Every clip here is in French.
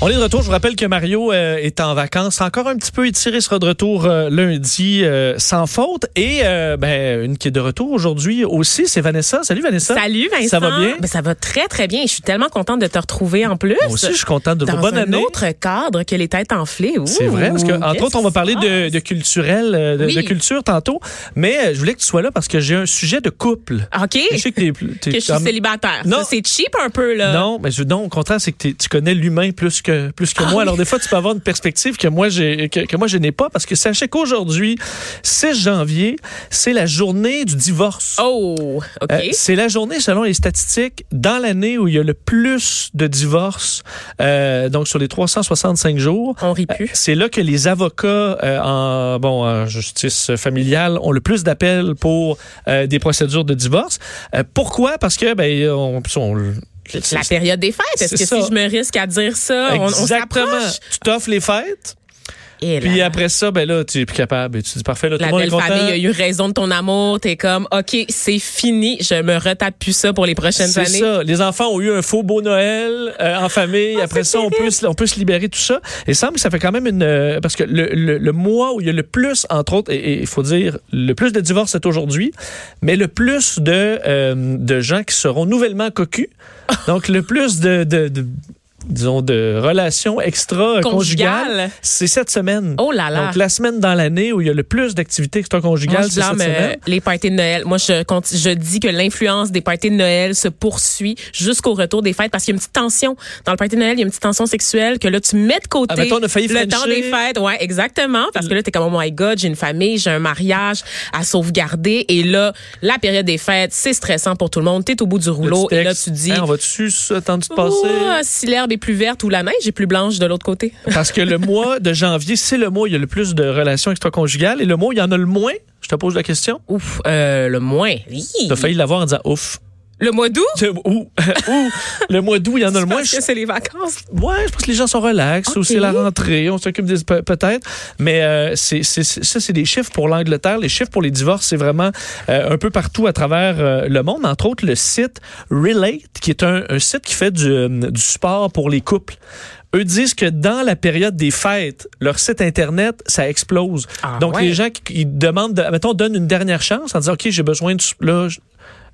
On est de retour. Je vous rappelle que Mario euh, est en vacances. Encore un petit peu étiré, sera de retour euh, lundi euh, sans faute. Et euh, ben, une qui est de retour aujourd'hui aussi, c'est Vanessa. Salut Vanessa. Salut Vincent. Ça va bien? Ben, ça va très très bien. Je suis tellement contente de te retrouver en plus. Moi aussi, je suis content de vous. dans Bonne un année. autre cadre que les têtes enflées. Ouh, C'est vrai, parce que, entre qu'est-ce autres, on va parler qui se de, de culturel, euh, de, Oui. de culture tantôt. Mais euh, je voulais que tu sois là parce que j'ai un sujet de couple. passe? OK. Je sais que t'es plus. t'es- que je suis ah, célibataire. Non. Ça, c'est cheap un peu, là. Non, mais je, non, au contraire, c'est que t'es- tu connais l'humain plus que plus Ah que moi. Alors des fois, tu peux avoir une perspective que moi j'ai que, que moi je n'ai pas parce que sachez qu'aujourd'hui, 6 janvier, c'est la journée du divorce. Oh, OK. Euh, c'est la journée, selon les statistiques, dans l'année où il y a le plus de divorces, euh, donc sur les 365 jours. on rit plus. C'est là que les avocats euh, en, bon, en justice familiale ont le plus d'appels pour euh, des procédures de divorce. Euh, pourquoi? Parce que, ben, on, on- La période des fêtes. Est-ce c'est que ça. si je me risque à dire ça, on, on Exactement. s'approche? Tu t'offres les fêtes, Et puis là, après ça, ben là, tu es plus capable. Et tu dis parfait, là, tout La le monde est belle content. famille a eu raison de ton amour. T'es comme, OK, c'est fini. Je me retape plus ça pour les prochaines C'est années. ça. Les enfants ont eu un faux beau Noël euh, en famille. Ah, Après ça, on peut, se- on peut se libérer de tout ça. Il semble que ça fait quand même une... euh, parce que le, le- le mois où il y a le plus, entre autres, et- et il faut dire, le plus de divorces, c'est aujourd'hui, mais le plus de, euh, de gens qui seront nouvellement cocus. Donc, le plus de... de- de- disons, de relations extra-conjugales, Conjugales. c'est cette semaine. Oh là là. Donc, la semaine dans l'année où il y a le plus d'activités Moi, extra-conjugales, je c'est cette blâme euh, semaine. les parties de Noël. Moi, je, conti- je dis que l'influence des parties de Noël se poursuit jusqu'au retour des fêtes parce qu'il y a une petite tension. Dans le party de Noël, il y a une petite tension sexuelle que là, tu mets de côté Ah, mettons, on a failli le temps frencher. Mm. des fêtes. Ouais, exactement. Parce que là, t'es comme, oh my God, j'ai une famille, j'ai un mariage à sauvegarder. Et là, la période des fêtes, c'est stressant pour tout le monde. T'es au bout du Le rouleau petit et là, texte. tu dis, Hein, on va dessus, ça, tant de se passer. Ouah, si l'herbe est plus verte ou la neige est plus blanche de l'autre côté. Parce que le mois de janvier, c'est le mois où il y a le plus de relations extra-conjugales et le mois où il y en a le moins. Je te pose la question. Ouf, euh, le moins. Hi. Tu as failli l'avoir en disant ouf. Le mois d'août? Le, ou, ou le mois d'août, il y en a le moins. Parce que c'est les vacances. Ouais, je pense que les gens sont relax ou Ok. c'est la rentrée, on s'occupe des pe- peut-être, mais euh, c'est c'est- c'est- ça c'est des chiffres pour l'Angleterre, les chiffres pour les divorces, c'est vraiment euh, un peu partout à travers euh, le monde, entre autres le site Relate qui est un, un site qui fait du, euh, du sport pour les couples. Eux disent que dans la période des fêtes, leur site internet, ça explose. Ah Donc ouais. les gens qui, qui demandent, de- mettons, donnent une dernière chance en disant ok j'ai besoin de là, je-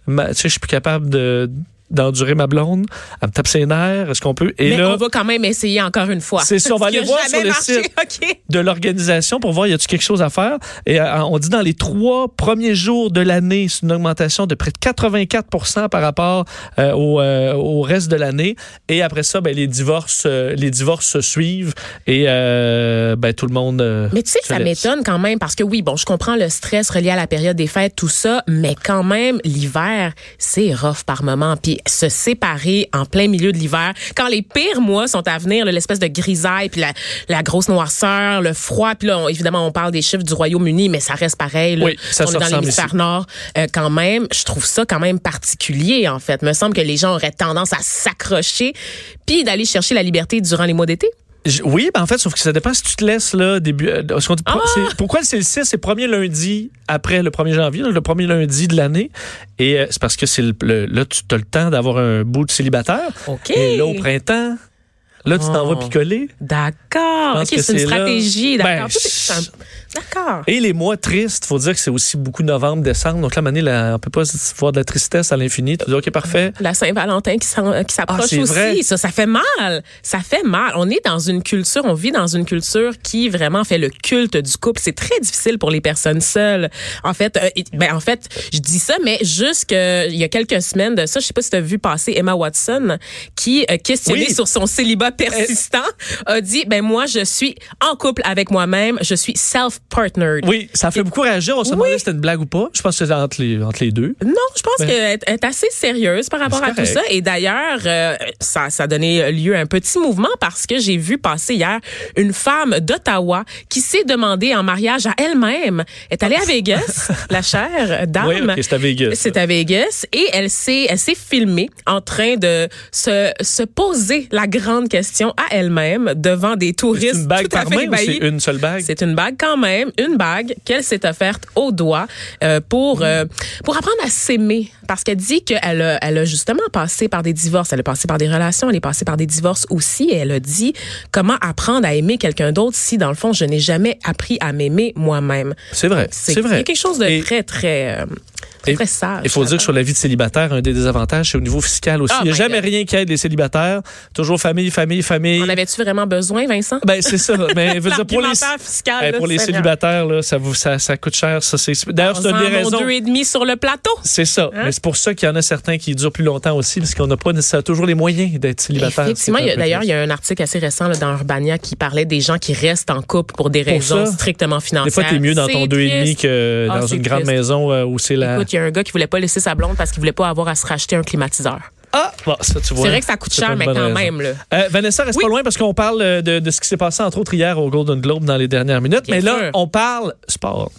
ma- tu sais je suis plus capable de d'endurer ma blonde, elle me tape ses nerfs, est-ce qu'on peut et Mais là on va quand même essayer encore une fois. C'est ça, on va Ce qui aller a voir jamais sur le marché, site. OK. de l'organisation pour voir y a-t-il quelque chose à faire. Et euh, on dit dans les trois premiers jours de l'année, c'est une augmentation de près de 84 par rapport euh, au, euh, au reste de l'année. Et après ça, ben, les divorces, euh, les divorces se suivent et euh, ben, tout le monde. euh, Mais tu sais que se ça laisse. m'étonne quand même parce que oui, bon, je comprends le stress relié à la période des fêtes, tout ça, mais quand même, l'hiver, c'est rough par moment. Puis se séparer en plein milieu de l'hiver, quand les pires mois sont à venir, là, l'espèce de grisaille, puis la, la grosse noirceur, le froid, puis là, on- évidemment, on parle des chiffres du Royaume-Uni, mais ça reste pareil. là. Oui, ça on se est dans ressemble l'hémisphère ici. nord euh, quand même. Je trouve ça quand même particulier, en fait. Me semble que les gens auraient tendance à s'accrocher puis d'aller chercher la liberté durant les mois d'été. J- Oui, ben, en fait, sauf que ça dépend si tu te laisses là début. euh, parce qu'on dit pas- c'est- pourquoi c'est le 6, c'est le premier lundi après le 1er janvier, donc le premier lundi de l'année. Et euh, c'est parce que c'est le, le- là tu as le temps d'avoir un bout de célibataire. OK. Et là, au printemps, là, tu t'en Oh. vas picoler. Je D'accord. pense OK, que c'est une c'est là. stratégie. Ben, D'accord. Tout est- c'est un- D'accord. Et les mois tristes, faut dire que c'est aussi beaucoup novembre, décembre. Donc là, Mané, on peut pas se- voir de la tristesse à l'infini. Tu dis, OK, parfait. La Saint-Valentin qui s'en- qui Ah, s'approche c'est aussi, vrai. ça, ça fait mal. Ça fait mal. On est dans une culture, on vit dans une culture qui vraiment fait le culte du couple. C'est très difficile pour les personnes seules. En fait, euh, et- ben en fait, je dis ça, mais juste que il y a quelques semaines de ça, je sais pas si tu as vu passer Emma Watson qui euh, questionnait Oui. sur son célibat persistant, a dit, ben moi, je suis en couple avec moi-même, je suis self-partnered. Oui, ça fait beaucoup réagir. On se demandait si c'était une blague ou pas. Je pense que c'est entre les, entre les deux. Non, je pense Ben- qu'elle est- est assez sérieuse par rapport C'est à tout correct. ça. Et d'ailleurs, euh, ça, ça a donné lieu à un petit mouvement parce que j'ai vu passer hier une femme d'Ottawa qui s'est demandée en mariage à elle-même. Elle est allée à Vegas, la chère dame. Oui, ok, c'est à Vegas. C'est à Vegas et elle s'est elle s'est filmée en train de se, se poser la grande question à elle-même devant des C'est touristes une bague tout à par fait main ou c'est ébahis. une seule bague? C'est une bague quand même, une bague qu'elle s'est offerte au doigt euh, pour Mm. euh, pour apprendre à s'aimer parce qu'elle dit qu'elle a, elle a justement passé par des divorces, elle a passé par des relations, elle est passée par des divorces aussi et elle a dit comment apprendre à aimer quelqu'un d'autre si dans le fond je n'ai jamais appris à m'aimer moi-même. C'est vrai. C'est Il y vrai. a quelque chose de Et- très très euh, très, et- très sage. Il faut dire que sur la vie de célibataire, un des désavantages, c'est au niveau fiscal aussi. Oh Il n'y a my jamais God. rien qui aide les célibataires. Toujours famille, famille, famille. On avait-tu vraiment besoin, Vincent? Ben, c'est ça. Mais veut dire, pour les, L'argumentaire fiscal, Eh, Ah, là, pour les Seigneur. célibataires, là, ça, vous, ça, ça coûte cher. Ça, c'est... D'ailleurs, c'est On Hein? une des en a raisons. deux et demi sur le plateau. C'est ça. Mais c'est pour ça qu'il y en a certains qui durent plus longtemps aussi, parce qu'on n'a pas nécessairement toujours les moyens d'être célibataire. Effectivement, C'est il y a- un peu d'ailleurs, il triste. y a un article assez récent là, dans Urbania qui parlait des gens qui restent en couple pour des raisons ça, strictement Des financières. fois, t'es mieux dans ton C'est deux et demi triste. que Ah, dans c'est une grande triste. maison euh, où c'est la. Écoute, il y a un gars qui voulait pas laisser sa blonde parce qu'il voulait pas avoir à se racheter un climatiseur. Ah! Bon, ça, tu vois. c'est vrai que ça coûte c'est pas cher, une mais bonne raison. quand même. Là. Euh, Vanessa, reste Oui. pas loin parce qu'on parle euh, de, de ce qui s'est passé, entre autres, hier au Golden Globe dans les dernières minutes. Bien mais là, sûr. on parle sport.